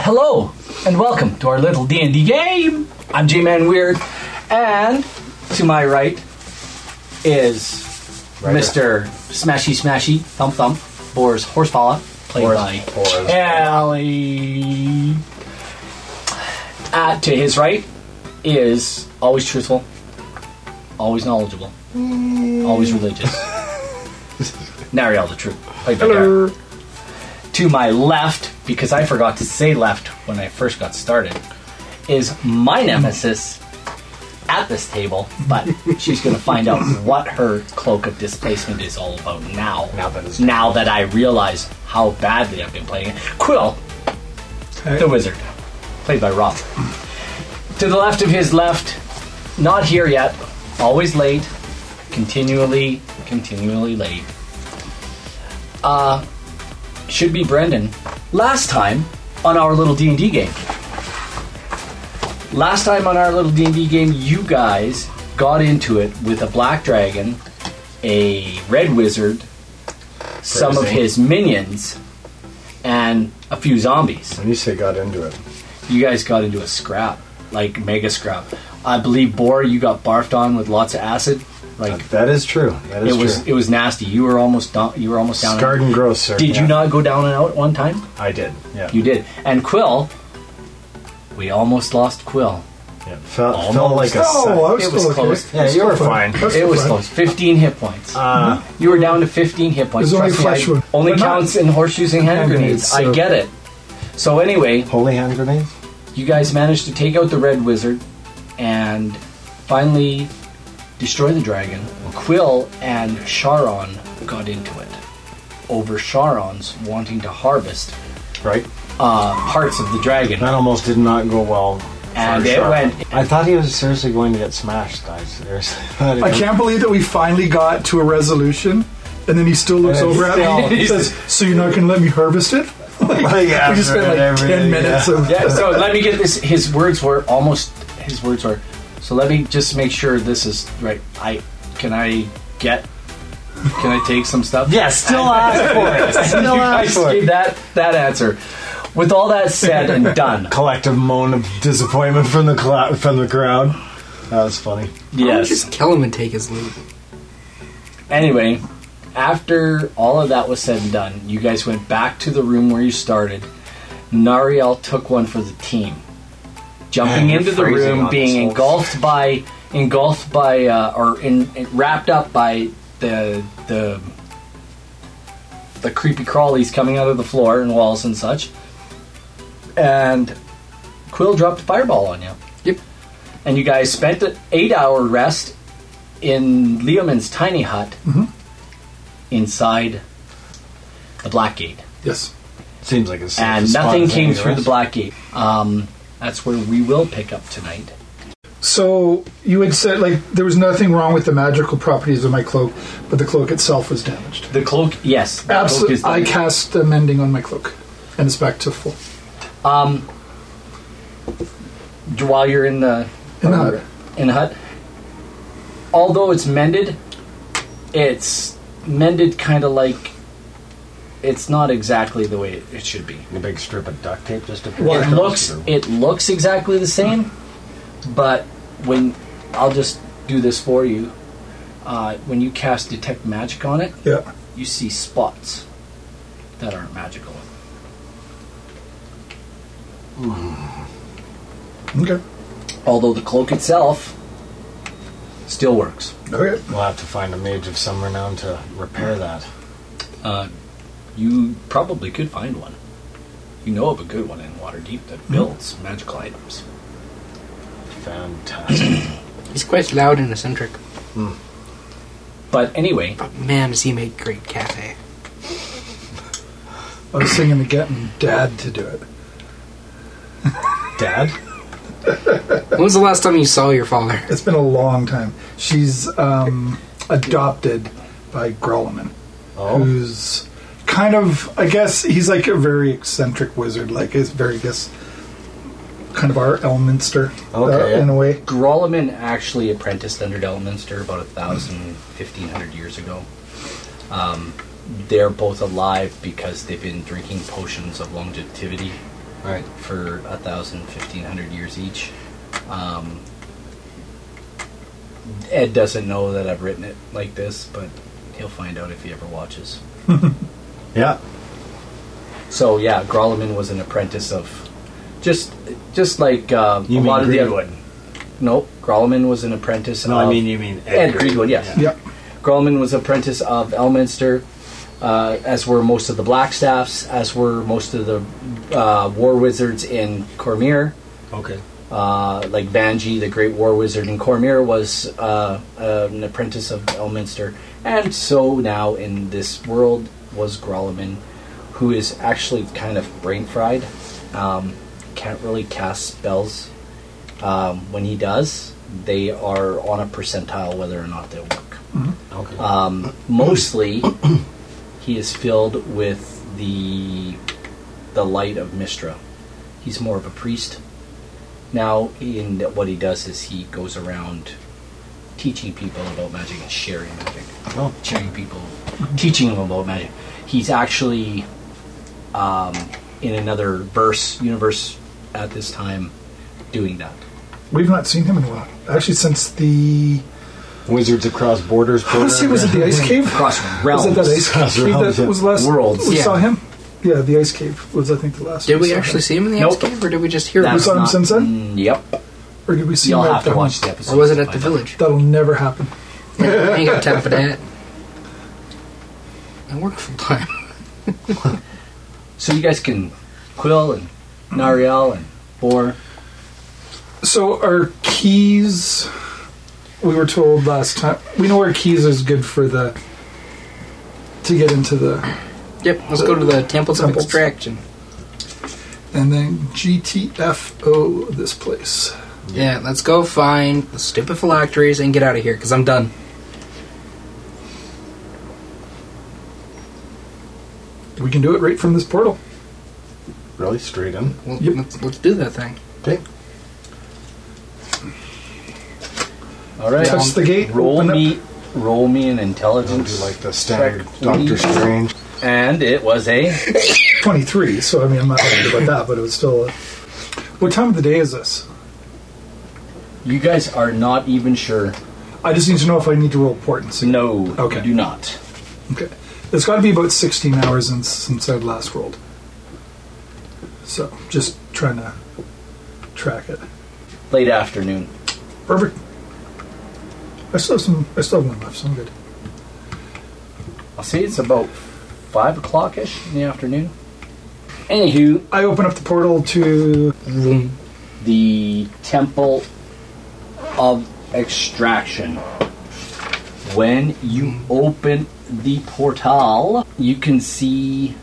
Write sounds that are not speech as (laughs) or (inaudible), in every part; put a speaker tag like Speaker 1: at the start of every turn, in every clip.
Speaker 1: Hello and welcome to our little D and D game. I'm G-Man Weird, and to my right is Mr. Smashy Smashy Thump Thump Boris Horsefalla, played
Speaker 2: Boris-
Speaker 1: by
Speaker 2: Boris.
Speaker 1: Allie. Uh, to his right is always truthful, always knowledgeable, always religious. Nariel the True, played by Derek. To my left, because I forgot to say left when I first got started, is my nemesis at this table, but
Speaker 2: (laughs)
Speaker 1: she's going to find out what her cloak of displacement is all about now.
Speaker 2: Now that it's-
Speaker 1: now that I realize how badly I've been playing it. Quill, the wizard, played by Roth. to the left of his left, not here yet, always late, continually, continually late. Uh, should be Brendan. Last time on our little D and D game. Last time on our little D and D game, you guys got into it with a black dragon, a red wizard, some of
Speaker 2: Crazy.
Speaker 1: his minions, and a few zombies
Speaker 2: When you say got into it,
Speaker 1: you guys got into a scrap, like mega scrap. I believe Bor, you got barfed on with lots of acid. Like
Speaker 2: that is true. That
Speaker 1: it
Speaker 2: is
Speaker 1: was,
Speaker 2: true.
Speaker 1: it was nasty. You were almost down. You were almost down.
Speaker 2: Scarred and gross, sir.
Speaker 1: Did
Speaker 2: Yeah.
Speaker 1: you not go down and out one time?
Speaker 2: I did. Yeah.
Speaker 1: You did. And Quill, we almost lost Quill.
Speaker 2: Yeah. Felt,
Speaker 1: Almost.
Speaker 2: felt like a.
Speaker 3: Oh,
Speaker 2: sack.
Speaker 3: I was
Speaker 1: It was
Speaker 3: still okay.
Speaker 1: close.
Speaker 2: Yeah, you were fine.
Speaker 3: That's
Speaker 1: It
Speaker 3: still
Speaker 1: was
Speaker 3: fine.
Speaker 1: close. Fifteen hit points.
Speaker 2: Uh,
Speaker 1: you were down to fifteen hit points.
Speaker 3: It was only
Speaker 1: Trust me, I-
Speaker 3: flesh wound.
Speaker 1: only
Speaker 3: They're not
Speaker 1: counts in horseshoes and hand
Speaker 3: hand
Speaker 1: grenades.
Speaker 3: grenades,
Speaker 1: I
Speaker 3: so-
Speaker 1: get it. So anyway,
Speaker 2: holy hand grenades.
Speaker 1: you guys managed to take out the red wizard and finally destroy the dragon. Quill and Charon got into it over Charon's wanting to harvest
Speaker 2: Right.
Speaker 1: uh, parts of the dragon.
Speaker 2: That almost did not go well. for
Speaker 1: And it
Speaker 2: Sharon.
Speaker 1: went-
Speaker 2: I thought he was seriously going to get smashed. I seriously (laughs) thought he
Speaker 3: I
Speaker 2: was-
Speaker 3: can't believe that we finally got to a resolution, and then he still looks
Speaker 2: And
Speaker 3: over (laughs) at me and
Speaker 1: still-
Speaker 3: says, "So you're not going to let me harvest it?"
Speaker 2: Like,
Speaker 3: we just spent
Speaker 2: after
Speaker 3: like ten
Speaker 2: everything,
Speaker 3: minutes
Speaker 2: yeah.
Speaker 3: of.
Speaker 1: Yeah, so let me get this. His words were almost. His words were. So let me just make sure this is right. I can I get. Can I take some stuff?
Speaker 2: Yeah, still ask for it.
Speaker 3: (laughs)
Speaker 2: Still
Speaker 1: you
Speaker 2: ask
Speaker 1: guys
Speaker 2: for
Speaker 1: gave
Speaker 2: it.
Speaker 1: that that answer. With all that said and
Speaker 2: (laughs)
Speaker 1: done,
Speaker 2: Collective moan of disappointment from the cla- from the crowd. That was funny.
Speaker 1: yes.
Speaker 4: Just kill him and take his loot.
Speaker 1: Anyway, after all of that was said and done, you guys went back to the room where you started. Nariel took one for the team, jumping
Speaker 2: Man, you're
Speaker 1: into the
Speaker 2: freezing
Speaker 1: room,
Speaker 2: on this
Speaker 1: being
Speaker 2: whole-
Speaker 1: engulfed by, engulfed by, uh, or in, in- wrapped up by the the the creepy crawlies coming out of the floor and walls and such. And Quill dropped a fireball on you.
Speaker 4: Yep.
Speaker 1: And you guys spent an eight-hour rest in Leoman's tiny hut
Speaker 3: Mm-hmm.
Speaker 1: inside the Black Gate,
Speaker 3: Yes.
Speaker 2: Seems like a safe
Speaker 1: and
Speaker 2: spot
Speaker 1: nothing
Speaker 2: for
Speaker 1: came
Speaker 2: any
Speaker 1: through the
Speaker 2: rest.
Speaker 1: Black Gate. Um, that's where we will pick up tonight.
Speaker 3: So you had said like there was nothing wrong with the magical properties of my cloak, but the cloak itself was damaged.
Speaker 1: The cloak, yes, the cloak
Speaker 3: Absolutely,
Speaker 1: is the-
Speaker 3: I cast a mending on my cloak, and it's back to full.
Speaker 1: while you're in the
Speaker 3: In the hut.
Speaker 1: in the hut. Although it's mended, it's mended kind of like it's not exactly the way it, it should be.
Speaker 2: A big strip of duct tape just to
Speaker 1: It looks it looks exactly the same, but when I'll just do this for you. Uh, when you cast detect magic on it,
Speaker 3: Yeah.
Speaker 1: you see spots that aren't magical.
Speaker 3: Okay.
Speaker 1: Although the cloak itself still works.
Speaker 3: Okay.
Speaker 2: We'll have to find a mage of some renown to repair that.
Speaker 1: Uh, you probably could find one. You know of a good one in Waterdeep that builds magical items.
Speaker 2: Fantastic.
Speaker 4: He's quite loud and eccentric,
Speaker 1: But anyway,
Speaker 4: but man, does he make great cafe.
Speaker 3: I was singing to getting dad to do it.
Speaker 2: Dad?
Speaker 4: When was the last time you saw your father?
Speaker 3: It's been a long time. She's um, adopted by Grolman, Hmm.
Speaker 2: Oh.
Speaker 3: who's kind of, I guess, he's like a very eccentric wizard. Like, he's very, I guess, kind of our Elminster uh,
Speaker 2: Okay, yeah.
Speaker 3: in a way.
Speaker 1: Grolleman actually apprenticed under Delminster about a thousand, fifteen hundred years ago. Um, they're both alive because they've been drinking potions of longevity All right, for a thousand, fifteen hundred years each. Um, Ed doesn't know that I've written it like this, but he'll find out if he ever watches.
Speaker 2: Yeah.
Speaker 1: So yeah, Grolleman was an apprentice of, just just like uh,
Speaker 2: You
Speaker 1: a
Speaker 2: mean
Speaker 1: lot of the other.
Speaker 2: Greenwood.
Speaker 1: Nope, Grolleman was an apprentice.
Speaker 2: No,
Speaker 1: of,
Speaker 2: I mean you mean
Speaker 1: Uh, Ed Greenwood, yes.
Speaker 2: Yeah.
Speaker 3: Yep.
Speaker 1: Grolman was apprentice of Elminster, uh, as were most of the Blackstaffs, as were most of the uh, war wizards in Cormyr.
Speaker 2: Okay.
Speaker 1: Uh, like Banji, the great war wizard in Cormyr, was uh, an apprentice of Elminster. And so now in this world was Grolman, who is actually kind of brain fried. Um, can't really cast spells. Um, when he does, they are on a percentile whether or not they work.
Speaker 2: Okay.
Speaker 1: Um, mostly, he is filled with the the light of Mistra. He's more of a priest now. In what he does is he goes around teaching people about magic and sharing magic,
Speaker 2: oh.
Speaker 1: sharing people, teaching them about magic. He's actually um, in another verse universe at this time doing that.
Speaker 3: We've not seen him in a while. Actually, since the
Speaker 2: Wizards across borders.
Speaker 3: I want to say was it the ice cave?
Speaker 1: Across
Speaker 3: Was
Speaker 1: realms.
Speaker 3: it that ice
Speaker 2: Cross
Speaker 3: cave
Speaker 2: realms,
Speaker 3: that
Speaker 2: yeah.
Speaker 3: was last
Speaker 1: Worlds.
Speaker 3: we
Speaker 4: Yeah.
Speaker 3: saw him? Yeah, the ice cave was I think the last.
Speaker 4: Did we
Speaker 3: saw
Speaker 4: actually
Speaker 3: him.
Speaker 4: see him in the
Speaker 1: Nope.
Speaker 4: ice cave, or did we just hear
Speaker 1: That's
Speaker 4: him?
Speaker 3: saw him
Speaker 1: not-
Speaker 3: since then?
Speaker 1: Mm, Yep.
Speaker 3: or did we see
Speaker 1: You'll
Speaker 3: him?
Speaker 1: have to
Speaker 3: after
Speaker 1: watch the
Speaker 3: him?
Speaker 1: episode.
Speaker 4: Or was it at
Speaker 1: to find
Speaker 4: the
Speaker 1: out. (laughs)
Speaker 4: village?
Speaker 3: That'll never happen.
Speaker 4: I ain't got time for that. I work full time.
Speaker 1: So you guys can Quill and Nariel and Boar.
Speaker 3: So our keys, we were told last time. We know our keys is good for the to get into the
Speaker 4: Yep, let's go to the temples of
Speaker 3: Temples.
Speaker 4: extraction.
Speaker 3: and then GTFO this place.
Speaker 4: Yeah, let's go find the stupid phylacteries and get out of here because I'm done.
Speaker 3: We can do it right from this portal.
Speaker 2: Really straight in.
Speaker 4: Well,
Speaker 3: Yep.
Speaker 4: let's, let's do that thing.
Speaker 2: Okay.
Speaker 1: All right.
Speaker 3: Touch the gate.
Speaker 1: roll
Speaker 3: open up-
Speaker 1: me, roll me an
Speaker 2: Don't
Speaker 1: intelligence.
Speaker 2: do like the standard
Speaker 1: Check,
Speaker 2: Doctor
Speaker 1: please.
Speaker 2: Strange.
Speaker 1: And it was a
Speaker 3: 23, so I mean, I'm not worried about that, but it was still. A... What time of the day is this?
Speaker 1: You guys are not even sure.
Speaker 3: I just need to know if I need to roll port and see.
Speaker 1: No,
Speaker 3: Okay.
Speaker 1: you do not.
Speaker 3: Okay. It's got to be about 16 hours since, since I've last rolled. So, just trying to track it.
Speaker 1: Late afternoon.
Speaker 3: Perfect. I still have some. I still have one left, so I'm good.
Speaker 1: I'll say it's about five o'clock ish in the afternoon. Anywho,
Speaker 3: I open up the portal to.
Speaker 4: Vroom.
Speaker 1: the temple of extraction. When you open the portal, you can see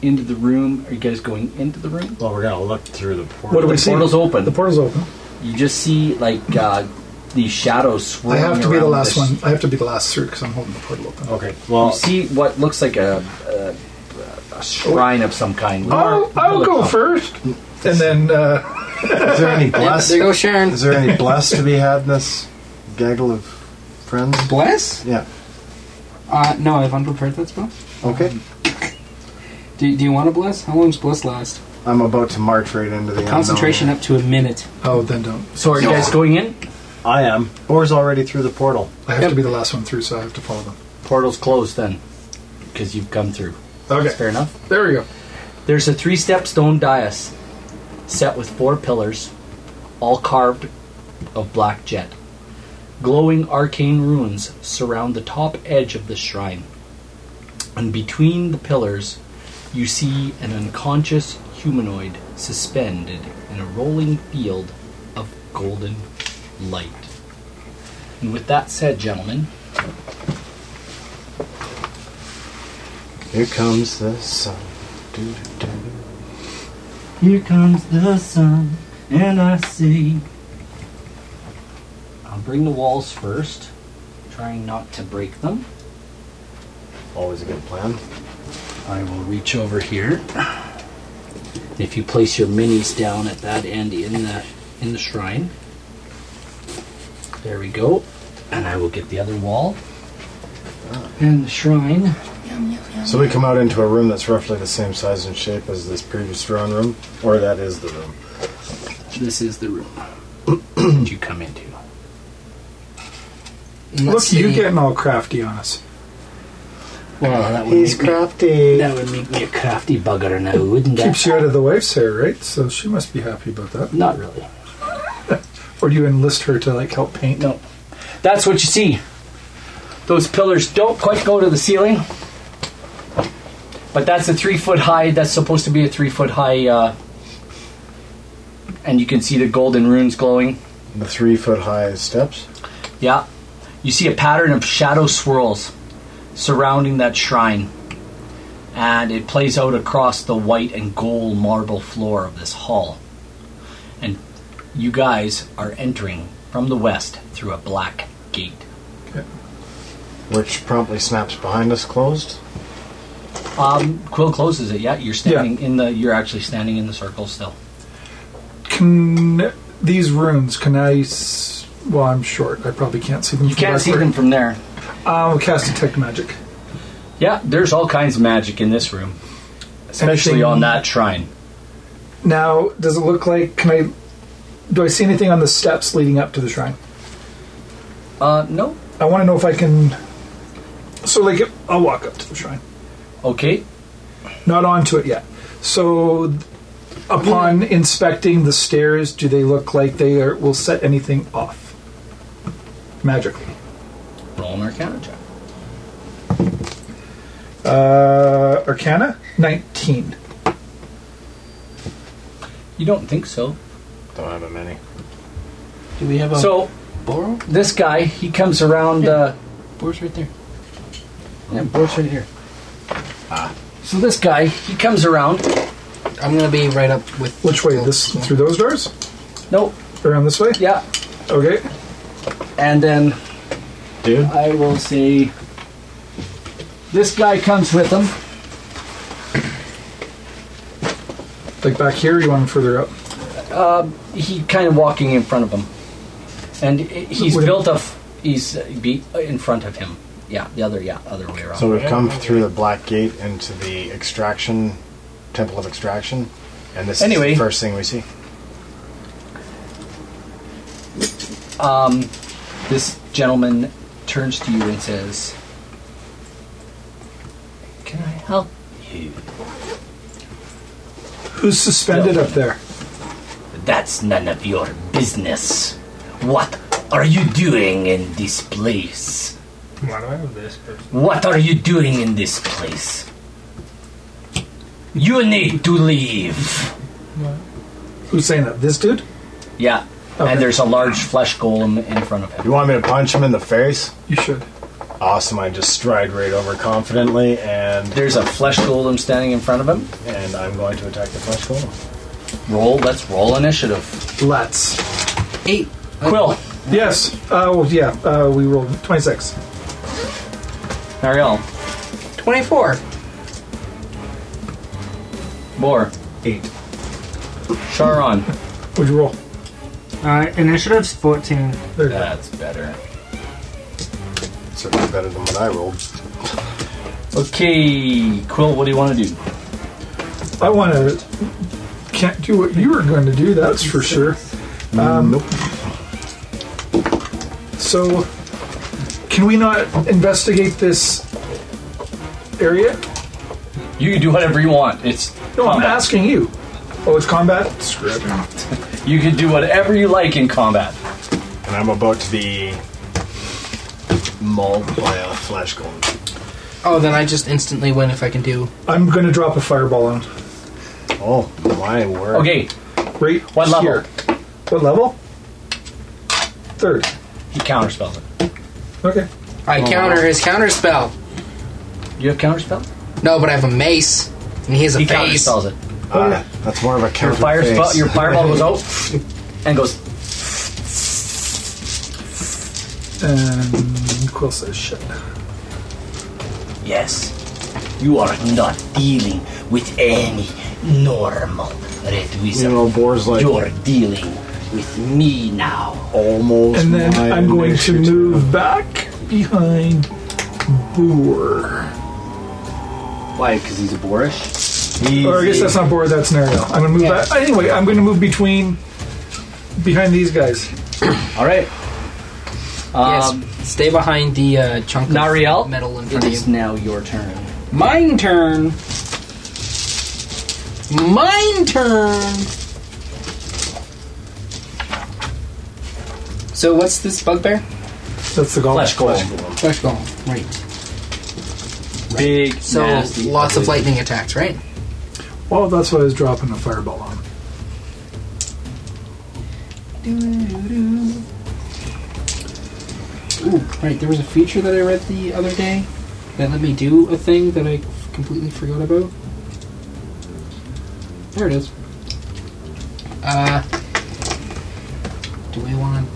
Speaker 1: into the room. Are you guys going into the room?
Speaker 2: Well, we're gonna look through the portal.
Speaker 3: What do
Speaker 1: the
Speaker 3: we see?
Speaker 1: portal's open.
Speaker 3: The portal's open.
Speaker 1: You just see like uh, these shadows
Speaker 3: I
Speaker 1: swirling.
Speaker 3: have to be the
Speaker 1: around
Speaker 3: last
Speaker 1: this-
Speaker 3: one. I have to be the last through because I'm holding the portal open.
Speaker 2: Okay. Well,
Speaker 1: You see what looks like a, a, a shrine of some kind.
Speaker 3: I'll, I'll go first, and then uh,
Speaker 2: is there any
Speaker 4: Yep,
Speaker 2: bless?
Speaker 4: there goes Sharon.
Speaker 2: Is there any bless to be had in this gaggle of friends?
Speaker 4: Bless?
Speaker 2: Yeah.
Speaker 4: Uh, no, I've unprepared that spell.
Speaker 2: Okay.
Speaker 4: Do, do you want to bless? How long does bless last?
Speaker 2: I'm about to march right into the
Speaker 4: Concentration
Speaker 2: unknown.
Speaker 4: up to a minute.
Speaker 3: oh, then don't.
Speaker 1: So are you guys going in?
Speaker 2: I am. Boar's already through the portal.
Speaker 3: I have
Speaker 4: Yep.
Speaker 3: to be the last one through, so I have to follow them.
Speaker 1: Portal's closed then, because you've come through.
Speaker 3: Okay,
Speaker 1: Fair enough.
Speaker 3: there we go.
Speaker 1: There's a three step stone dais set with four pillars, all carved of black jet. Glowing arcane runes surround the top edge of the shrine, and between the pillars, you see an unconscious humanoid suspended in a rolling field of golden light. And with that said, gentlemen,
Speaker 2: Here comes the sun. Doo, doo, doo.
Speaker 1: Here comes the sun, and I see. I'll bring the walls first, trying not to break them.
Speaker 2: Always a good plan.
Speaker 1: I will reach over here. If you place your minis down at that end in the in the shrine, there we go. And I will get the other wall and the shrine.
Speaker 5: Yum, yum, yum.
Speaker 2: So we come out into a room that's roughly the same size and shape as this previous drone room, or that is the room.
Speaker 4: This is the room that you come into. And
Speaker 3: Look,
Speaker 4: let's
Speaker 3: you
Speaker 4: see.
Speaker 3: getting all crafty on us.
Speaker 4: Well, that would, make me,
Speaker 2: crafty.
Speaker 4: that would make me a crafty bugger now, wouldn't
Speaker 3: Keeps
Speaker 4: that?
Speaker 3: you out of the wife's hair, right? So she must be happy about that.
Speaker 4: Not really.
Speaker 3: Or do you enlist her to like help paint?
Speaker 1: No. That's what you see. Those pillars don't quite go to the ceiling. But that's a three foot high, that's supposed to be a three foot high. Uh, and you can see the golden runes glowing.
Speaker 2: The three foot high steps.
Speaker 1: Yeah. You see a pattern of shadow swirls surrounding that shrine. And it plays out across the white and gold marble floor of this hall. And you guys are entering from the west through a black gate.
Speaker 2: Which promptly snaps behind us closed.
Speaker 1: Um, Quill closes it. Yeah, you're standing in the. You're actually standing in the circle still.
Speaker 3: Can these runes? Can I? S- well, I'm short. I probably can't see them.
Speaker 1: You
Speaker 3: from
Speaker 1: can't
Speaker 3: back
Speaker 1: see
Speaker 3: there.
Speaker 1: them from there.
Speaker 3: I'll Uh, cast detect magic.
Speaker 1: Yeah, there's all kinds of magic in this room, especially
Speaker 3: Anything-
Speaker 1: on that shrine.
Speaker 3: Now, does it look like? Can I? Do I see anything on the steps leading up to the shrine?
Speaker 1: Uh, no.
Speaker 3: I want to know if I can. So, like, I'll walk up to the shrine.
Speaker 1: Okay.
Speaker 3: Not onto it yet. So, upon inspecting the stairs, do they look like they are, will set anything off magically?
Speaker 1: Roll an Arcana check.
Speaker 3: Uh, Arcana nineteen.
Speaker 1: You don't think so?
Speaker 2: Don't have a many.
Speaker 4: Do we have a
Speaker 1: So
Speaker 4: Boro?
Speaker 1: this guy, he comes around. Uh,
Speaker 4: Boro's right there. Yeah, Boro's right here.
Speaker 1: so this guy, he comes around.
Speaker 4: I'm gonna be right up with.
Speaker 3: Which way? This through those doors?
Speaker 1: No.
Speaker 3: Around this way?
Speaker 1: Yeah.
Speaker 3: Okay.
Speaker 1: And then
Speaker 2: Dude,
Speaker 1: I will say this guy comes with him.
Speaker 3: Like back here, you want them further up?
Speaker 1: he kind of walking in front of him, and he's
Speaker 3: Would it-
Speaker 1: built a f- he's uh, be in front of him. Yeah, the other yeah other way around.
Speaker 2: so we've come through the black gate into the extraction, temple of extraction, and this
Speaker 1: Anyway.
Speaker 2: is the first thing we see.
Speaker 1: Um, this gentleman turns to you and says, "Can I help you?"
Speaker 3: Who's suspended up there?
Speaker 1: That's none of your business. What are you doing in this place?
Speaker 5: Why do I have this person?
Speaker 1: What are you doing in this place? You need to leave.
Speaker 3: Who's saying that? This dude?
Speaker 1: Yeah.
Speaker 3: Okay.
Speaker 1: And there's a large flesh golem in front of him.
Speaker 2: You want me to punch him in the face?
Speaker 3: You should.
Speaker 2: Awesome! I just stride right over confidently, and
Speaker 1: There's a flesh golem standing in front of him.
Speaker 2: and I'm going to attack the flesh golem.
Speaker 1: Roll. Let's roll initiative.
Speaker 3: Let's.
Speaker 4: Eight.
Speaker 1: Quill,
Speaker 3: Yes. Oh, yeah. Uh, we rolled 26.
Speaker 1: Ariel,
Speaker 4: 24.
Speaker 1: Boar,
Speaker 2: Eight.
Speaker 1: Sharon.
Speaker 3: What'd you roll?
Speaker 5: Uh, initiative's 14.
Speaker 3: There.
Speaker 1: That's better.
Speaker 2: Certainly better than what I rolled.
Speaker 1: Okay, Quill. What do you want to do?
Speaker 3: I want to. Can't do what you were going to do, that's for sure. Um,
Speaker 2: nope.
Speaker 3: So, can we not investigate this area?
Speaker 1: You can do whatever you want. It's
Speaker 3: No, I'm
Speaker 1: combat.
Speaker 3: asking you. Oh, it's combat? Screw it.
Speaker 1: You can do whatever you like in combat.
Speaker 2: And I'm about to be mauled by a flesh golem.
Speaker 4: Oh, then I just instantly win if I can do.
Speaker 3: I'm going to drop a fireball on.
Speaker 2: Oh my word!
Speaker 1: Okay,
Speaker 3: Right
Speaker 1: What level?
Speaker 3: here. What level? Third.
Speaker 1: he counterspells it.
Speaker 3: Okay.
Speaker 4: I counter his counter spell.
Speaker 1: You have counterspell?
Speaker 4: No, but I have a mace, and he has a
Speaker 1: He
Speaker 4: face.
Speaker 1: counterspells it.
Speaker 2: Ah, that's more of a
Speaker 1: Your
Speaker 2: counter
Speaker 1: fire
Speaker 2: face.
Speaker 1: spell, your fireball goes
Speaker 3: (laughs)
Speaker 1: out and goes.
Speaker 3: And Quill says shit.
Speaker 1: Yes, you are not dealing with any normal red
Speaker 2: You
Speaker 1: wizard.
Speaker 2: know, Boar's like
Speaker 1: You're dealing with me now.
Speaker 2: almost.
Speaker 3: And then
Speaker 2: my
Speaker 3: I'm going to
Speaker 2: initiative.
Speaker 3: move back behind Boor.
Speaker 1: Why? Because he's a boorish.
Speaker 3: Or I guess that's not board, that's Nario. I'm gonna move
Speaker 1: Yeah.
Speaker 3: back. Anyway, I'm gonna move between behind these guys.
Speaker 1: All right. Um,
Speaker 4: yes, stay behind the uh, chunk
Speaker 1: Nariel?
Speaker 4: of metal in
Speaker 1: It
Speaker 4: front of
Speaker 1: is
Speaker 4: you.
Speaker 1: now your turn.
Speaker 4: Mine turn. Mine turn. So what's this bugbear?
Speaker 3: That's the golem.
Speaker 1: Flesh golem.
Speaker 4: Flesh golem. Right.
Speaker 1: Big,
Speaker 4: So
Speaker 1: nasty,
Speaker 4: lots of
Speaker 1: ugly-
Speaker 4: lightning attacks, right?
Speaker 3: Well, that's what I was dropping a fireball on.
Speaker 4: Ooh, right. There was a feature that I read the other day that let me do a thing that I completely forgot about. There it is. Uh, do we want to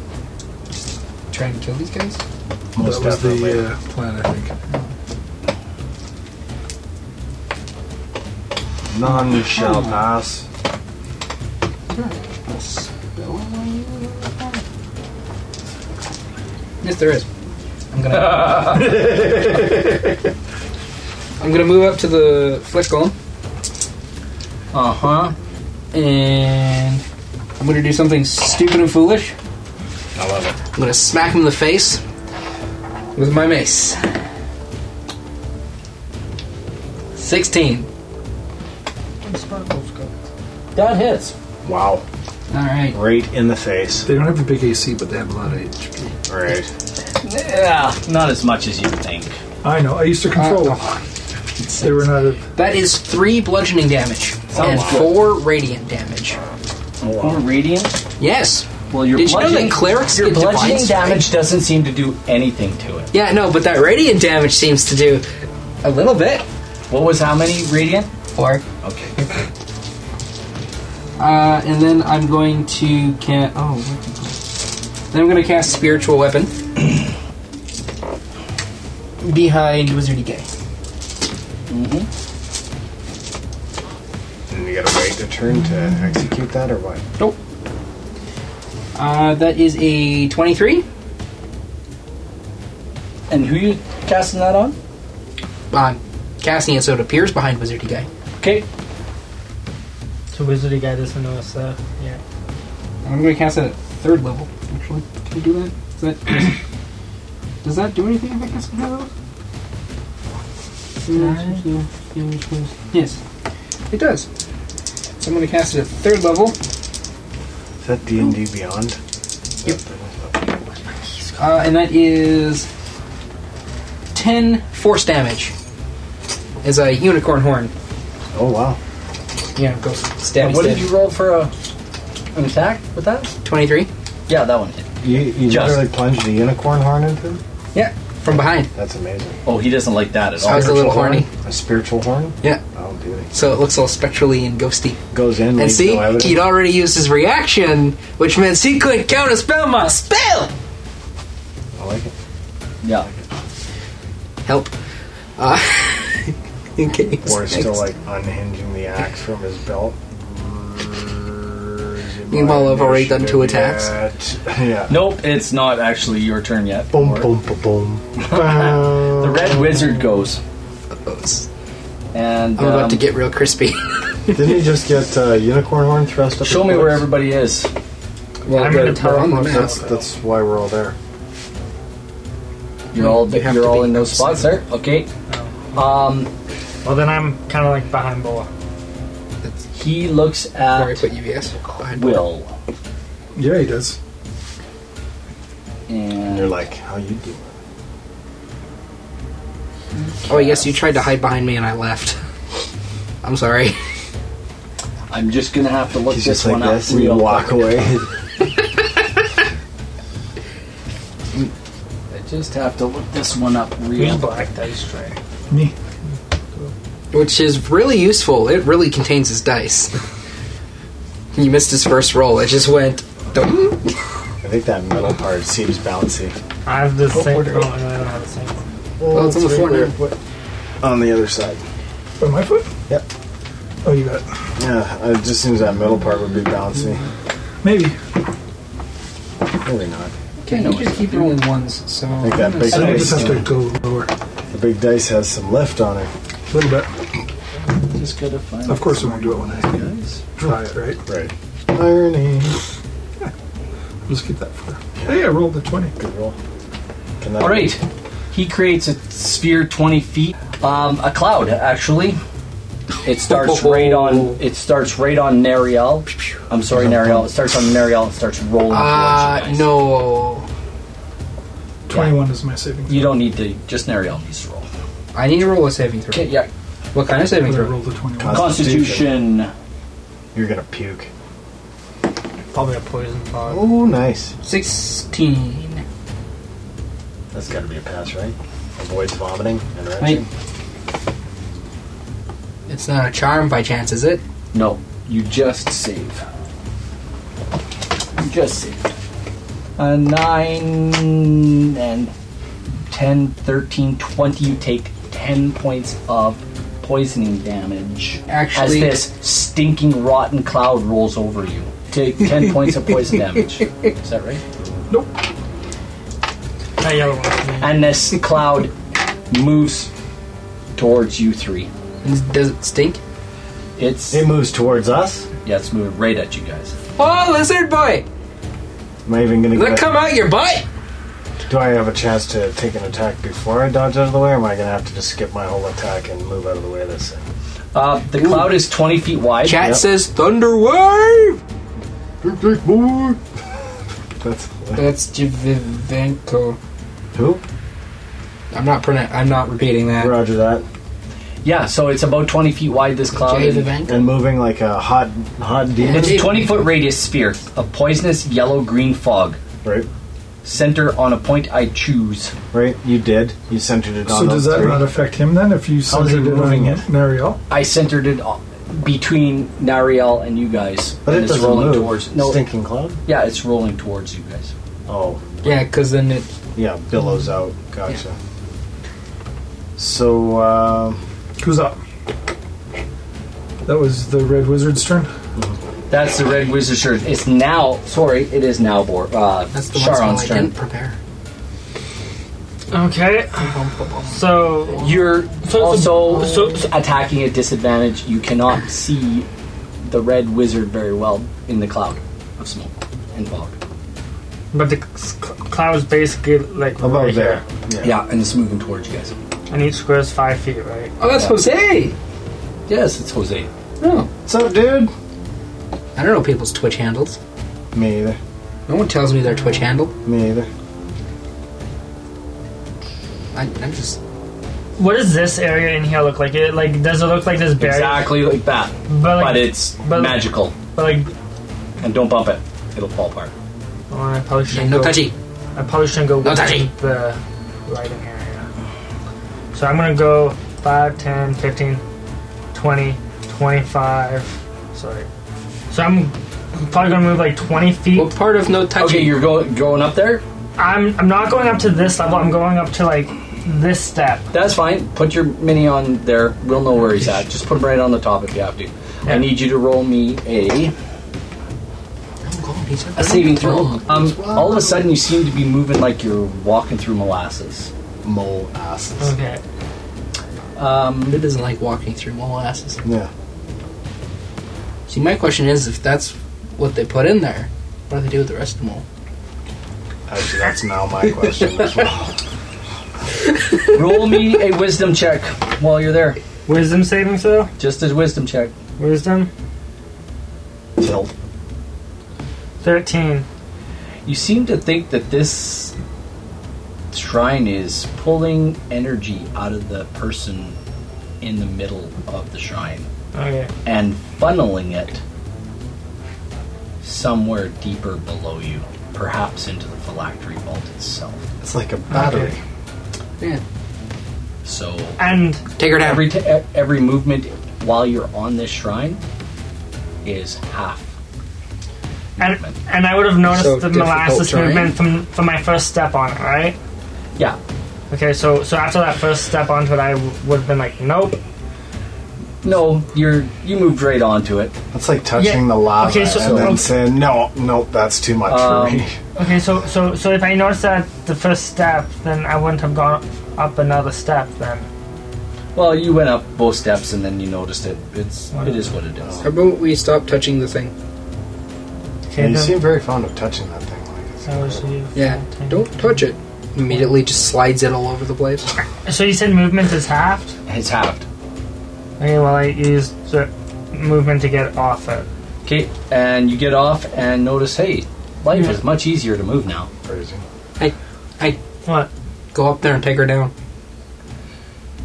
Speaker 4: try and kill these guys?
Speaker 2: Most
Speaker 3: that was
Speaker 2: definitely.
Speaker 3: the uh, plan, I think.
Speaker 2: None
Speaker 3: Oh.
Speaker 2: shall pass.
Speaker 4: A spell on you? Yes, there is. I'm gonna. I'm gonna move up to the flesh golem. Uh
Speaker 1: Uh-huh.
Speaker 4: huh. And I'm gonna do something stupid and foolish.
Speaker 2: I love it.
Speaker 4: I'm gonna smack him in the face with my mace. Sixteen.
Speaker 1: That hits.
Speaker 2: Wow.
Speaker 4: All right.
Speaker 2: Right in the face.
Speaker 3: They don't have a big AC, but they have a lot of HP.
Speaker 2: Right.
Speaker 1: Yeah, not as much as you think.
Speaker 3: I know. I
Speaker 5: Ah,
Speaker 3: used to control
Speaker 4: Uh,
Speaker 3: them. They were not. A,
Speaker 4: That is three bludgeoning damage and
Speaker 1: wow.
Speaker 4: four radiant damage.
Speaker 1: Or radiant.
Speaker 4: Yes.
Speaker 1: Well, your
Speaker 4: Did you know
Speaker 1: bludgeoning,
Speaker 4: that clerics
Speaker 1: your
Speaker 4: get divine
Speaker 1: bludgeoning
Speaker 4: strike?
Speaker 1: damage doesn't seem to do anything to it.
Speaker 4: Yeah, no, but that radiant damage seems to do a little bit.
Speaker 1: What was how many radiant?
Speaker 4: Four.
Speaker 1: Okay.
Speaker 4: Uh, and then I'm going to cast. Oh. what the fuck? Then I'm going to cast spiritual weapon (clears throat) behind wizardy guy.
Speaker 2: And you gotta wait a turn to execute that or what?
Speaker 4: Nope. Uh, that is a 23.
Speaker 1: And who you casting that on?
Speaker 4: Uh, casting it so it appears behind wizardy guy.
Speaker 1: Okay.
Speaker 5: So wizardy guy doesn't know us there. Yeah.
Speaker 4: I'm going to cast it at third level. Actually, can I do that? Is that does that do anything? if I cast it at third level? Yes, it does. So I'm going to cast it at third level.
Speaker 2: Is that D and D Beyond?
Speaker 4: Yep. Uh, and that is 10 force damage. As a unicorn horn.
Speaker 2: Oh wow.
Speaker 4: Yeah, go stabby
Speaker 1: what
Speaker 4: stab.
Speaker 1: did you roll for a, an attack with that?
Speaker 4: 23?
Speaker 1: Yeah, that one hit.
Speaker 2: You, you
Speaker 1: Just-
Speaker 2: literally plunged a unicorn horn into him?
Speaker 4: Yeah, from behind.
Speaker 2: That's amazing.
Speaker 1: Oh, he doesn't like that at
Speaker 4: I
Speaker 1: all.
Speaker 4: was a little
Speaker 2: Spiritual
Speaker 4: horny.
Speaker 2: horn? A spiritual horn?
Speaker 4: Yeah,
Speaker 2: Oh dude.
Speaker 4: so it looks all spectrally and ghosty.
Speaker 2: Goes in.
Speaker 4: And
Speaker 2: leaves
Speaker 4: see,
Speaker 2: no evidence.
Speaker 4: he'd already used his reaction, which means he couldn't count a spell my spell!
Speaker 2: I like it.
Speaker 1: Yeah.
Speaker 4: Help. Uh, (laughs) in case.
Speaker 2: Or it's still like unhinging the axe from his belt.
Speaker 4: Meanwhile, I've already done two attacks.
Speaker 2: (laughs) Yeah.
Speaker 1: (laughs) Nope, it's not actually your turn yet.
Speaker 2: Boom,
Speaker 1: Or-
Speaker 2: boom, boom, (laughs) boom. Bow.
Speaker 1: The (laughs) red wizard goes, and
Speaker 4: I'm about
Speaker 1: um,
Speaker 4: to get real crispy.
Speaker 2: Didn't he just get uh, unicorn horn thrust up?
Speaker 1: Show
Speaker 2: his
Speaker 1: me
Speaker 2: butt?
Speaker 1: where everybody is.
Speaker 4: well,
Speaker 5: I'm gonna
Speaker 4: we're-
Speaker 5: tell
Speaker 4: we're on the
Speaker 5: him
Speaker 4: map.
Speaker 2: That's that's why we're all there.
Speaker 1: You're all
Speaker 4: You have
Speaker 1: you're
Speaker 4: to
Speaker 1: all
Speaker 4: be
Speaker 1: in those spots there. Okay. Um,
Speaker 5: Oh. Well, then I'm kind of like behind Boa.
Speaker 1: he looks
Speaker 4: Where I
Speaker 1: at
Speaker 4: put you, yes. Behind-
Speaker 1: Will,
Speaker 3: yeah, he does.
Speaker 2: And you're
Speaker 1: and
Speaker 2: like, how you do? it?
Speaker 4: Oh, yes, you tried to hide behind me and I left. (laughs) I'm sorry. (laughs)
Speaker 1: I'm just gonna have to look
Speaker 2: He's
Speaker 1: this
Speaker 2: just like
Speaker 1: one up
Speaker 2: this, and you
Speaker 1: real
Speaker 2: walk
Speaker 1: quick.
Speaker 2: away.
Speaker 1: I just have to look this one up
Speaker 5: Who's
Speaker 1: real quick.
Speaker 5: black dice tray?
Speaker 3: Me.
Speaker 4: Which is really useful. It really contains his dice. (laughs) he missed his first roll. It just went. dum.
Speaker 2: (laughs) I think that metal part seems bouncy.
Speaker 5: I have the same.
Speaker 2: where do
Speaker 5: Oh,
Speaker 2: I-
Speaker 5: no, I don't have the same. one.
Speaker 4: Well, it's on the
Speaker 2: right
Speaker 4: floor
Speaker 2: there.
Speaker 4: now.
Speaker 2: What- On the other side.
Speaker 3: By my foot?
Speaker 2: Yep.
Speaker 3: Oh, you got it.
Speaker 2: Yeah, it just seems that metal part would be bouncy.
Speaker 3: Maybe.
Speaker 2: Really not.
Speaker 4: Okay,
Speaker 1: you just
Speaker 4: keep rolling ones. So
Speaker 2: Like that big
Speaker 3: I think I
Speaker 2: dice.
Speaker 3: just have to go lower.
Speaker 2: The big dice has some lift on it.
Speaker 3: A little bit.
Speaker 1: Just gotta find.
Speaker 3: Of course, we won't do it when I
Speaker 1: Guys,
Speaker 3: try it, right?
Speaker 2: Right. Irony.
Speaker 3: Just keep that Oh, for. Hey, I rolled a 20.
Speaker 2: Good roll. Can that
Speaker 1: All right. He creates a sphere 20 feet. Um, a cloud, actually. It starts right on. It starts right on Nariel. I'm sorry, Nariel. It starts on Nariel. It starts rolling. towards
Speaker 4: Uh,
Speaker 1: you guys.
Speaker 4: no.
Speaker 3: 21 is my saving throw.
Speaker 1: You don't need to. Just Nariel needs to roll.
Speaker 4: I need to roll a saving throw.
Speaker 1: Okay. Yeah.
Speaker 4: What kind of saving
Speaker 3: But I
Speaker 4: throw?
Speaker 3: rolled a 21.
Speaker 2: Con- Constitution.
Speaker 1: Constitution.
Speaker 2: You're gonna puke.
Speaker 5: Probably a poison pod.
Speaker 2: Oh, nice.
Speaker 4: 16.
Speaker 2: That's got to be a pass, right? Avoids vomiting and retching.
Speaker 4: It's not a charm by chance, is it?
Speaker 1: No. You just save. You just save. A 9 and 10, 13, 20. You take 10 points of poisoning damage.
Speaker 4: Actually-
Speaker 1: As this stinking rotten cloud rolls over you. Take 10 points of poison damage. Is that right?
Speaker 5: That yellow one.
Speaker 1: And this cloud moves towards you three.
Speaker 4: And Does it stink?
Speaker 1: It's.
Speaker 2: It moves towards us.
Speaker 1: Yeah, it's moving right at you guys.
Speaker 4: Oh, lizard boy!
Speaker 2: Am I even gonna
Speaker 4: Let
Speaker 2: get?
Speaker 4: come out your butt!
Speaker 2: Do I have a chance to take an attack before I dodge out of the way, or am I gonna have to just skip my whole attack and move out of the way of this thing?
Speaker 1: Uh, the cloud is 20 feet wide.
Speaker 4: Chat
Speaker 2: Yep.
Speaker 4: says thunder wave!
Speaker 2: (laughs) That's
Speaker 4: That's Javivenko.
Speaker 2: who?
Speaker 4: I'm not pronoun- I'm not repeating that.
Speaker 2: Roger that.
Speaker 1: Yeah, so it's about 20 feet wide, this cloud. and
Speaker 4: Javivenko.
Speaker 2: And moving like a hot, hot
Speaker 1: (laughs)
Speaker 2: demon.
Speaker 1: It's a 20 foot radius sphere of poisonous yellow green fog.
Speaker 2: Right,
Speaker 1: Center on a point I choose.
Speaker 2: right. You did. You centered it on.
Speaker 3: So does
Speaker 2: those
Speaker 3: that
Speaker 2: three.
Speaker 3: not affect him then if you
Speaker 2: How is it
Speaker 3: centered it on
Speaker 2: moving it?
Speaker 3: Nariel?
Speaker 1: I centered it on- between Nariel and you guys.
Speaker 2: But
Speaker 1: and
Speaker 2: it
Speaker 1: it's
Speaker 2: doesn't
Speaker 1: rolling
Speaker 2: move.
Speaker 1: towards. No,
Speaker 2: Stinking cloud.
Speaker 1: yeah, it's rolling towards you guys.
Speaker 2: Oh,
Speaker 4: Yeah, because then it.
Speaker 2: yeah. Billows out. Gotcha. So uh,
Speaker 3: Who's up? That was the Red Wizard's turn.
Speaker 1: That's the red wizard shirt. It's now, sorry, it is now Bor, uh,
Speaker 4: That's the one spell
Speaker 1: Sharon's
Speaker 4: I
Speaker 1: turn.
Speaker 4: didn't prepare.
Speaker 5: Okay. So
Speaker 1: You're
Speaker 5: So-
Speaker 1: also
Speaker 5: so- so-
Speaker 1: attacking at disadvantage. You cannot see the red wizard very well in the cloud of smoke and fog.
Speaker 5: But the c- cl- cloud's basically like
Speaker 2: about
Speaker 5: right
Speaker 2: there. Yeah.
Speaker 1: Yeah, and it's moving towards you guys.
Speaker 5: here. And each square is five feet, right?
Speaker 4: Oh, that's
Speaker 1: Yeah.
Speaker 4: Jose!
Speaker 1: Yes, it's Jose.
Speaker 4: Oh.
Speaker 2: What's up, dude?
Speaker 4: I don't know people's Twitch handles.
Speaker 2: Me either.
Speaker 4: No one tells me their Twitch handle.
Speaker 2: Me either.
Speaker 4: I, I'm just.
Speaker 5: What does this area in here look like? It like does it look like this barrier?
Speaker 1: Exactly like that,
Speaker 5: But, like,
Speaker 1: but it's
Speaker 5: but-
Speaker 1: magical.
Speaker 5: but like
Speaker 1: And don't bump it; it'll fall apart.
Speaker 5: oh, I probably shouldn't
Speaker 4: no
Speaker 5: go-
Speaker 4: touchy.
Speaker 5: I probably shouldn't go
Speaker 4: No
Speaker 5: with
Speaker 4: touchy.
Speaker 5: the lighting area. So I'm gonna go 5, 10, 15, 20, 25. Sorry. So I'm probably gonna move like 20 feet.
Speaker 4: What part of no touchy?
Speaker 1: Okay, you're going going up there.
Speaker 5: I'm I'm not going up to this level. I'm going up to like this step.
Speaker 1: That's fine. Put your mini on there. We'll know where he's at. Just put him right on the top if you have to. I need you to roll me a
Speaker 4: I'm going, Peter.
Speaker 1: a saving throw.
Speaker 4: Oh.
Speaker 1: Um, all of a sudden, you seem to be moving like you're walking through molasses.
Speaker 2: Mole asses.
Speaker 5: Okay.
Speaker 1: Um,
Speaker 4: Who doesn't like walking through molasses?
Speaker 2: Yeah.
Speaker 4: See, my question is if that's what they put in there, what do they do with the rest of the mole?
Speaker 2: Actually, that's now my question as well.
Speaker 1: roll me a wisdom check while you're there.
Speaker 5: Wisdom saving throw.
Speaker 1: Just a wisdom check.
Speaker 5: Wisdom.
Speaker 2: Tilt.
Speaker 5: 13.
Speaker 1: You seem to think that this shrine is pulling energy out of the person in the middle of the shrine
Speaker 5: Okay.
Speaker 1: and funneling it somewhere deeper below you, perhaps into the phylactery vault itself.
Speaker 2: It's like a battery.
Speaker 5: Okay.
Speaker 4: Yeah.
Speaker 1: So
Speaker 5: And
Speaker 4: Take her down.
Speaker 1: every t- e- every movement while you're on this shrine is half
Speaker 5: and
Speaker 1: movement.
Speaker 5: and I would have noticed
Speaker 4: So
Speaker 5: the
Speaker 4: difficult
Speaker 5: molasses
Speaker 4: terrain.
Speaker 5: movement from from my first step on it, right?
Speaker 1: Yeah,
Speaker 5: Okay. So so after that first step onto it, I w- would have been like, nope.
Speaker 1: no, you're you moved right onto it.
Speaker 2: It's like touching
Speaker 5: Yeah.
Speaker 2: the lava
Speaker 5: Okay, so-
Speaker 2: and then
Speaker 5: okay.
Speaker 2: saying, "No, no, that's too much
Speaker 1: Um,
Speaker 2: for me."
Speaker 5: Okay. So so so if I noticed that the first step, then I wouldn't have gone up another step. Then
Speaker 1: Well, you went up both steps and then you noticed it. It's it is what it is.
Speaker 4: How about we stop touching the thing?
Speaker 2: Yeah,
Speaker 5: Okay,
Speaker 2: you
Speaker 5: no.
Speaker 2: seem very fond of touching that thing. Like it's
Speaker 5: So, so you-
Speaker 4: Yeah. Don't touch it. Immediately just slides it all over the place.
Speaker 5: So you said movement is halved?
Speaker 1: It's halved.
Speaker 5: Okay, well, I used the movement to get off it.
Speaker 1: Okay, and you get off and notice, hey, life is much easier to move now.
Speaker 2: crazy.
Speaker 5: What?
Speaker 4: Go up there and take her down.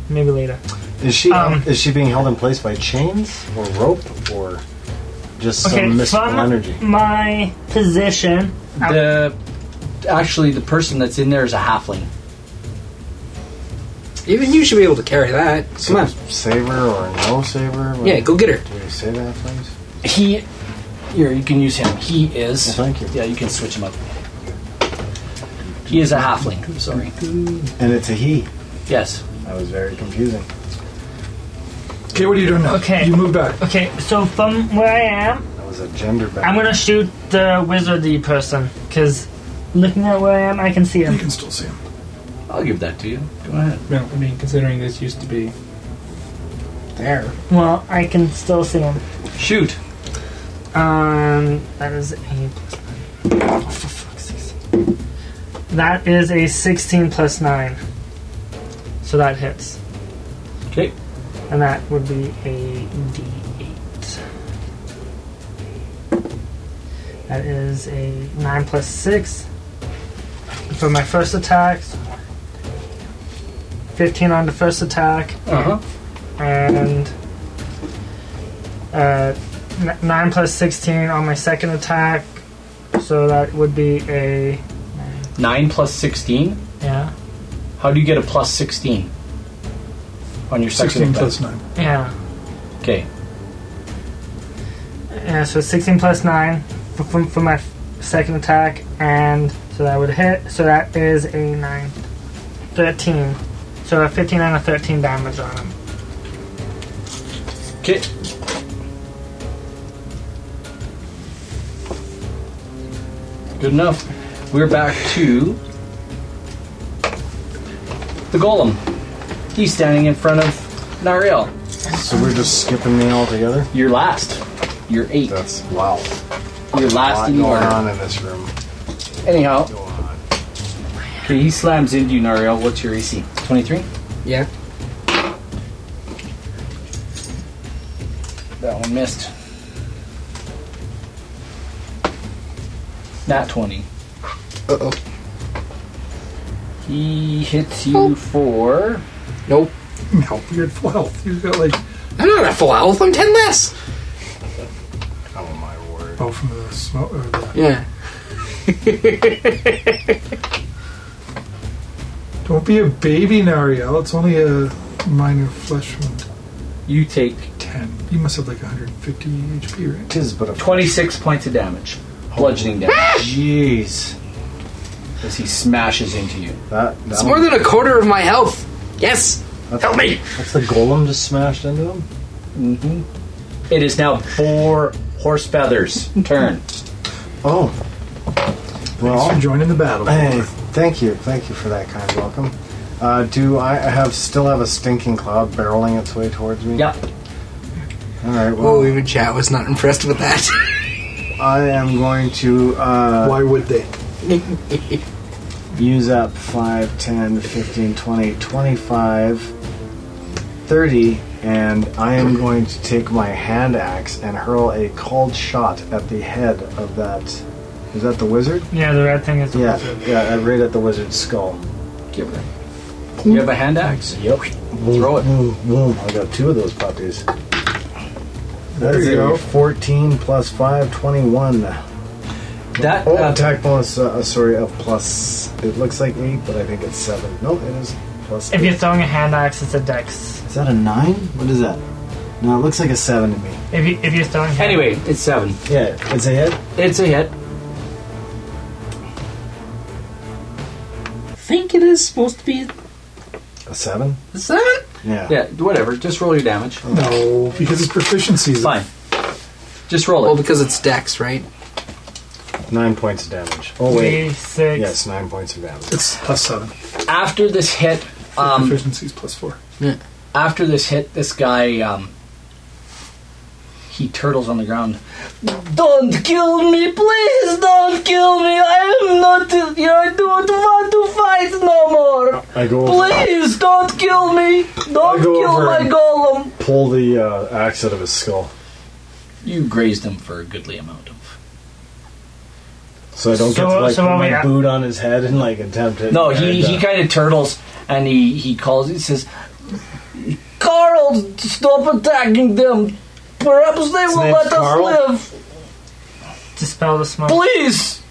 Speaker 5: Maybe later.
Speaker 2: Is she
Speaker 5: Um,
Speaker 2: is she being held in place by chains or rope or just some
Speaker 5: Okay,
Speaker 2: mystical
Speaker 5: from
Speaker 2: energy?
Speaker 5: my position, Ow.
Speaker 1: The actually the person that's in there is a halfling.
Speaker 4: Even you should be able to carry that. Come on.
Speaker 2: Saber or no saber? What-
Speaker 4: Yeah, go get her.
Speaker 2: Do you say that, please?
Speaker 1: He here you can use him. He is.
Speaker 2: Well, thank you.
Speaker 1: Yeah, Oh, you can switch him up. He is a halfling. Sorry.
Speaker 2: And it's a he.
Speaker 1: Yes.
Speaker 2: That was very confusing.
Speaker 3: Okay, what are you doing now?
Speaker 5: Okay.
Speaker 3: You move back.
Speaker 5: Okay, so from where I am,
Speaker 2: That was a gender
Speaker 5: I'm
Speaker 2: bend.
Speaker 5: gonna shoot the wizardy person, because looking at where I am, I can see
Speaker 3: You
Speaker 5: him.
Speaker 3: can still see him.
Speaker 1: I'll give that to you. Go ahead.
Speaker 6: No, I mean, considering this used to be there.
Speaker 5: Well, I can still see him.
Speaker 1: Shoot.
Speaker 5: Um, that is a plus nine. Oh, for fuck's sakes. That is a 16 plus 9. So that hits.
Speaker 1: Okay.
Speaker 5: And that would be a d8. That is a 9 plus 6. For my first attack, 15 on the first attack,
Speaker 1: Uh huh.
Speaker 5: and uh, n- 9 plus 16 on my second attack. So that would be a.
Speaker 1: Nine plus sixteen.
Speaker 5: Yeah.
Speaker 1: How do you get a plus sixteen? On your second
Speaker 3: 16
Speaker 1: attack?
Speaker 3: plus 9.
Speaker 5: Yeah.
Speaker 1: Okay.
Speaker 5: Yeah, so 16 plus 9 for, for, for my f- second attack, and so that would hit. So that is a 9. 13. So a 15 and a 13 damage on him.
Speaker 1: Okay. Good enough. We're back to the golem. He's standing in front of Nariel.
Speaker 2: So we're just skipping me altogether?
Speaker 1: You're last. You're eight.
Speaker 2: That's wow.
Speaker 1: You're
Speaker 2: A lot
Speaker 1: last in
Speaker 2: going
Speaker 1: the order.
Speaker 2: on in this room.
Speaker 1: Anyhow,
Speaker 2: Going on.
Speaker 1: okay, he slams into you, Nariel. What's your AC? 23?
Speaker 4: Yeah.
Speaker 1: That one missed. Not 20.
Speaker 4: Uh oh.
Speaker 1: He hits you for.
Speaker 4: Nope.
Speaker 3: No, (laughs) you're at full health. You've got like.
Speaker 4: I'm not a full health. I'm ten less.
Speaker 2: Oh my word.
Speaker 3: Oh, from the smoke. Or the,
Speaker 4: Yeah.
Speaker 3: don't be a baby, Nariel. It's only a minor flesh wound.
Speaker 1: You take
Speaker 3: 10. You must have like 150 HP, right?
Speaker 2: Tis but a
Speaker 1: 26 points of damage. Bludgeoning damage.
Speaker 2: Jeez.
Speaker 1: as he smashes into you.
Speaker 2: That, that
Speaker 4: It's more than a quarter of my health. Yes.
Speaker 2: that's,
Speaker 4: Help me.
Speaker 2: That's the golem just smashed into him?
Speaker 1: Mm-hmm. is now four horse feathers turn.
Speaker 2: Oh.
Speaker 3: Thanks for
Speaker 2: Well,
Speaker 3: joining the battle.
Speaker 2: hey, thank you. Thank you for that kind welcome. Uh, do I have still have a stinking cloud barreling its way towards me?
Speaker 1: Yep.
Speaker 2: All right.
Speaker 4: Oh,
Speaker 2: Well,
Speaker 4: even chat was not impressed with that. (laughs)
Speaker 2: I am going to uh,
Speaker 3: Why would they?
Speaker 2: use up 5, 10, 15, 20, 25, 30, and I am going to take my hand axe and hurl a cold shot at the head of that. Is that the wizard?
Speaker 5: Yeah, the red thing is the
Speaker 2: Yeah,
Speaker 5: wizard.
Speaker 2: yeah, right at the wizard's skull.
Speaker 1: Give her. You have a hand axe?
Speaker 2: Yep.
Speaker 1: Throw it.
Speaker 2: Boom, boom. I got two of those puppies. That
Speaker 3: There
Speaker 2: is
Speaker 3: you
Speaker 2: a
Speaker 3: go.
Speaker 2: 14 plus 5, 21.
Speaker 1: That
Speaker 2: Oh,
Speaker 1: uh,
Speaker 2: attack bonus, uh, uh, sorry, a plus. It looks like 8, but I think it's 7. No, it is plus
Speaker 5: If
Speaker 2: eight.
Speaker 5: you're throwing a hand axe, it's a dex.
Speaker 2: Is that a nine? What is that? No, it looks like a seven to me.
Speaker 5: If, you, if you're throwing hand
Speaker 1: Anyway, it's seven.
Speaker 2: Yeah, it's a hit.
Speaker 1: It's a hit.
Speaker 4: think it is supposed to be
Speaker 2: A seven?
Speaker 4: the seven.
Speaker 2: Yeah.
Speaker 1: Yeah, whatever. Just roll your damage.
Speaker 3: No, because it's proficiencies.
Speaker 1: Fine. Just
Speaker 4: Well,
Speaker 1: roll it.
Speaker 4: because it's Dex, right?
Speaker 2: Nine points of damage. Oh wait.
Speaker 5: D6.
Speaker 2: Yes, nine points of damage.
Speaker 3: It's plus 7.
Speaker 1: After this hit, um,
Speaker 3: proficiencies plus 4.
Speaker 1: after this hit, this guy um, he turtles on the ground. Don't kill me, please! Don't kill me! I am not. You know, I don't want to fight no more.
Speaker 2: I go over,
Speaker 1: Please don't kill me! Don't
Speaker 2: I go
Speaker 1: kill
Speaker 2: over
Speaker 1: my
Speaker 2: and-
Speaker 1: golem.
Speaker 2: pull the uh, axe out of his skull,
Speaker 1: You grazed him for a goodly amount of.
Speaker 2: so I don't get
Speaker 5: So-
Speaker 2: to like
Speaker 5: so
Speaker 2: put
Speaker 5: what
Speaker 2: my
Speaker 5: we ha-
Speaker 2: boot on his head and like attempt it.
Speaker 1: No,
Speaker 2: And,
Speaker 1: he,
Speaker 2: uh,
Speaker 1: he kind of turtles and he he calls. He says, "Carl, stop attacking them. Perhaps they will
Speaker 2: name's
Speaker 1: let
Speaker 2: Carl?
Speaker 1: us live."
Speaker 5: Dispel the smoke.
Speaker 1: Please,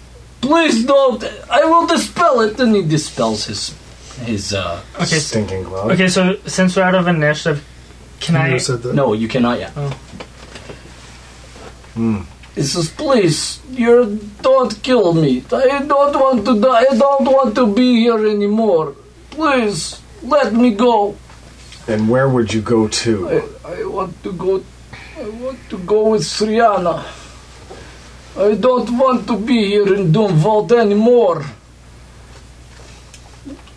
Speaker 1: please don't. I will dispel it. Then he dispels his his. uh
Speaker 5: Okay, so,
Speaker 2: stinking cloud.
Speaker 5: okay, so since we're out of initiative, can
Speaker 3: You
Speaker 5: I?
Speaker 3: said that.
Speaker 1: No, you cannot yet.
Speaker 5: Oh.
Speaker 2: Hmm.
Speaker 1: He says, "Please, you don't kill me. I don't want to die. I don't want to be here anymore. Please, let me go.
Speaker 2: And where would you go to?
Speaker 1: I, I want to go. I want to go with Sriana. I don't want to be here in Doomvault anymore."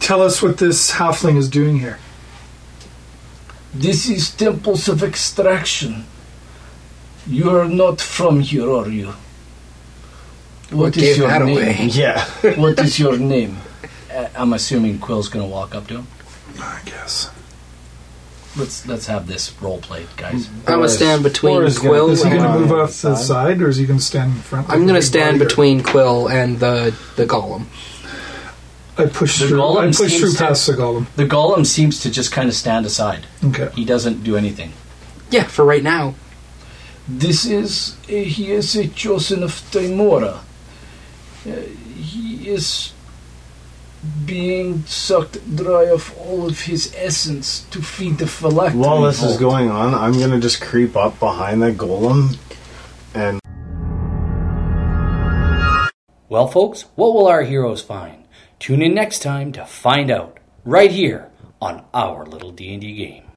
Speaker 3: Tell us what this halfling is doing here.
Speaker 1: This is temples of extraction. You are not from here, are you? What
Speaker 4: Gave
Speaker 1: is your
Speaker 4: that
Speaker 1: name?
Speaker 4: away.
Speaker 2: Yeah,
Speaker 1: (laughs) What is your name? Uh, I'm assuming Quill's gonna walk up to him.
Speaker 3: I guess.
Speaker 1: Let's let's have this role played, guys.
Speaker 4: I'm gonna
Speaker 2: Boris-
Speaker 4: stand between
Speaker 2: Boris gonna-
Speaker 4: Quill.
Speaker 3: Is he
Speaker 4: and- uh,
Speaker 3: going to
Speaker 2: Wow.
Speaker 3: move off to the side, or is he going to stand in front?
Speaker 4: I'm
Speaker 3: like
Speaker 4: gonna
Speaker 3: everybody,
Speaker 4: stand
Speaker 3: or-
Speaker 4: between Quill and the the golem.
Speaker 3: I push
Speaker 1: The
Speaker 3: through. I
Speaker 1: golem
Speaker 3: push through
Speaker 1: seems to-
Speaker 3: past the golem.
Speaker 1: The golem seems to just kind of stand aside.
Speaker 3: Okay.
Speaker 1: He doesn't do anything.
Speaker 4: Yeah, for right now.
Speaker 1: This is uh, he is a chosen of Taimora. Uh, he is being sucked dry of all of his essence to feed the phylactery. Oh.
Speaker 2: While this is
Speaker 1: vault.
Speaker 2: going on, I'm gonna just creep up behind that golem and
Speaker 7: Well, folks, what will our heroes find? Tune in next time to find out, right here on our little D&D game.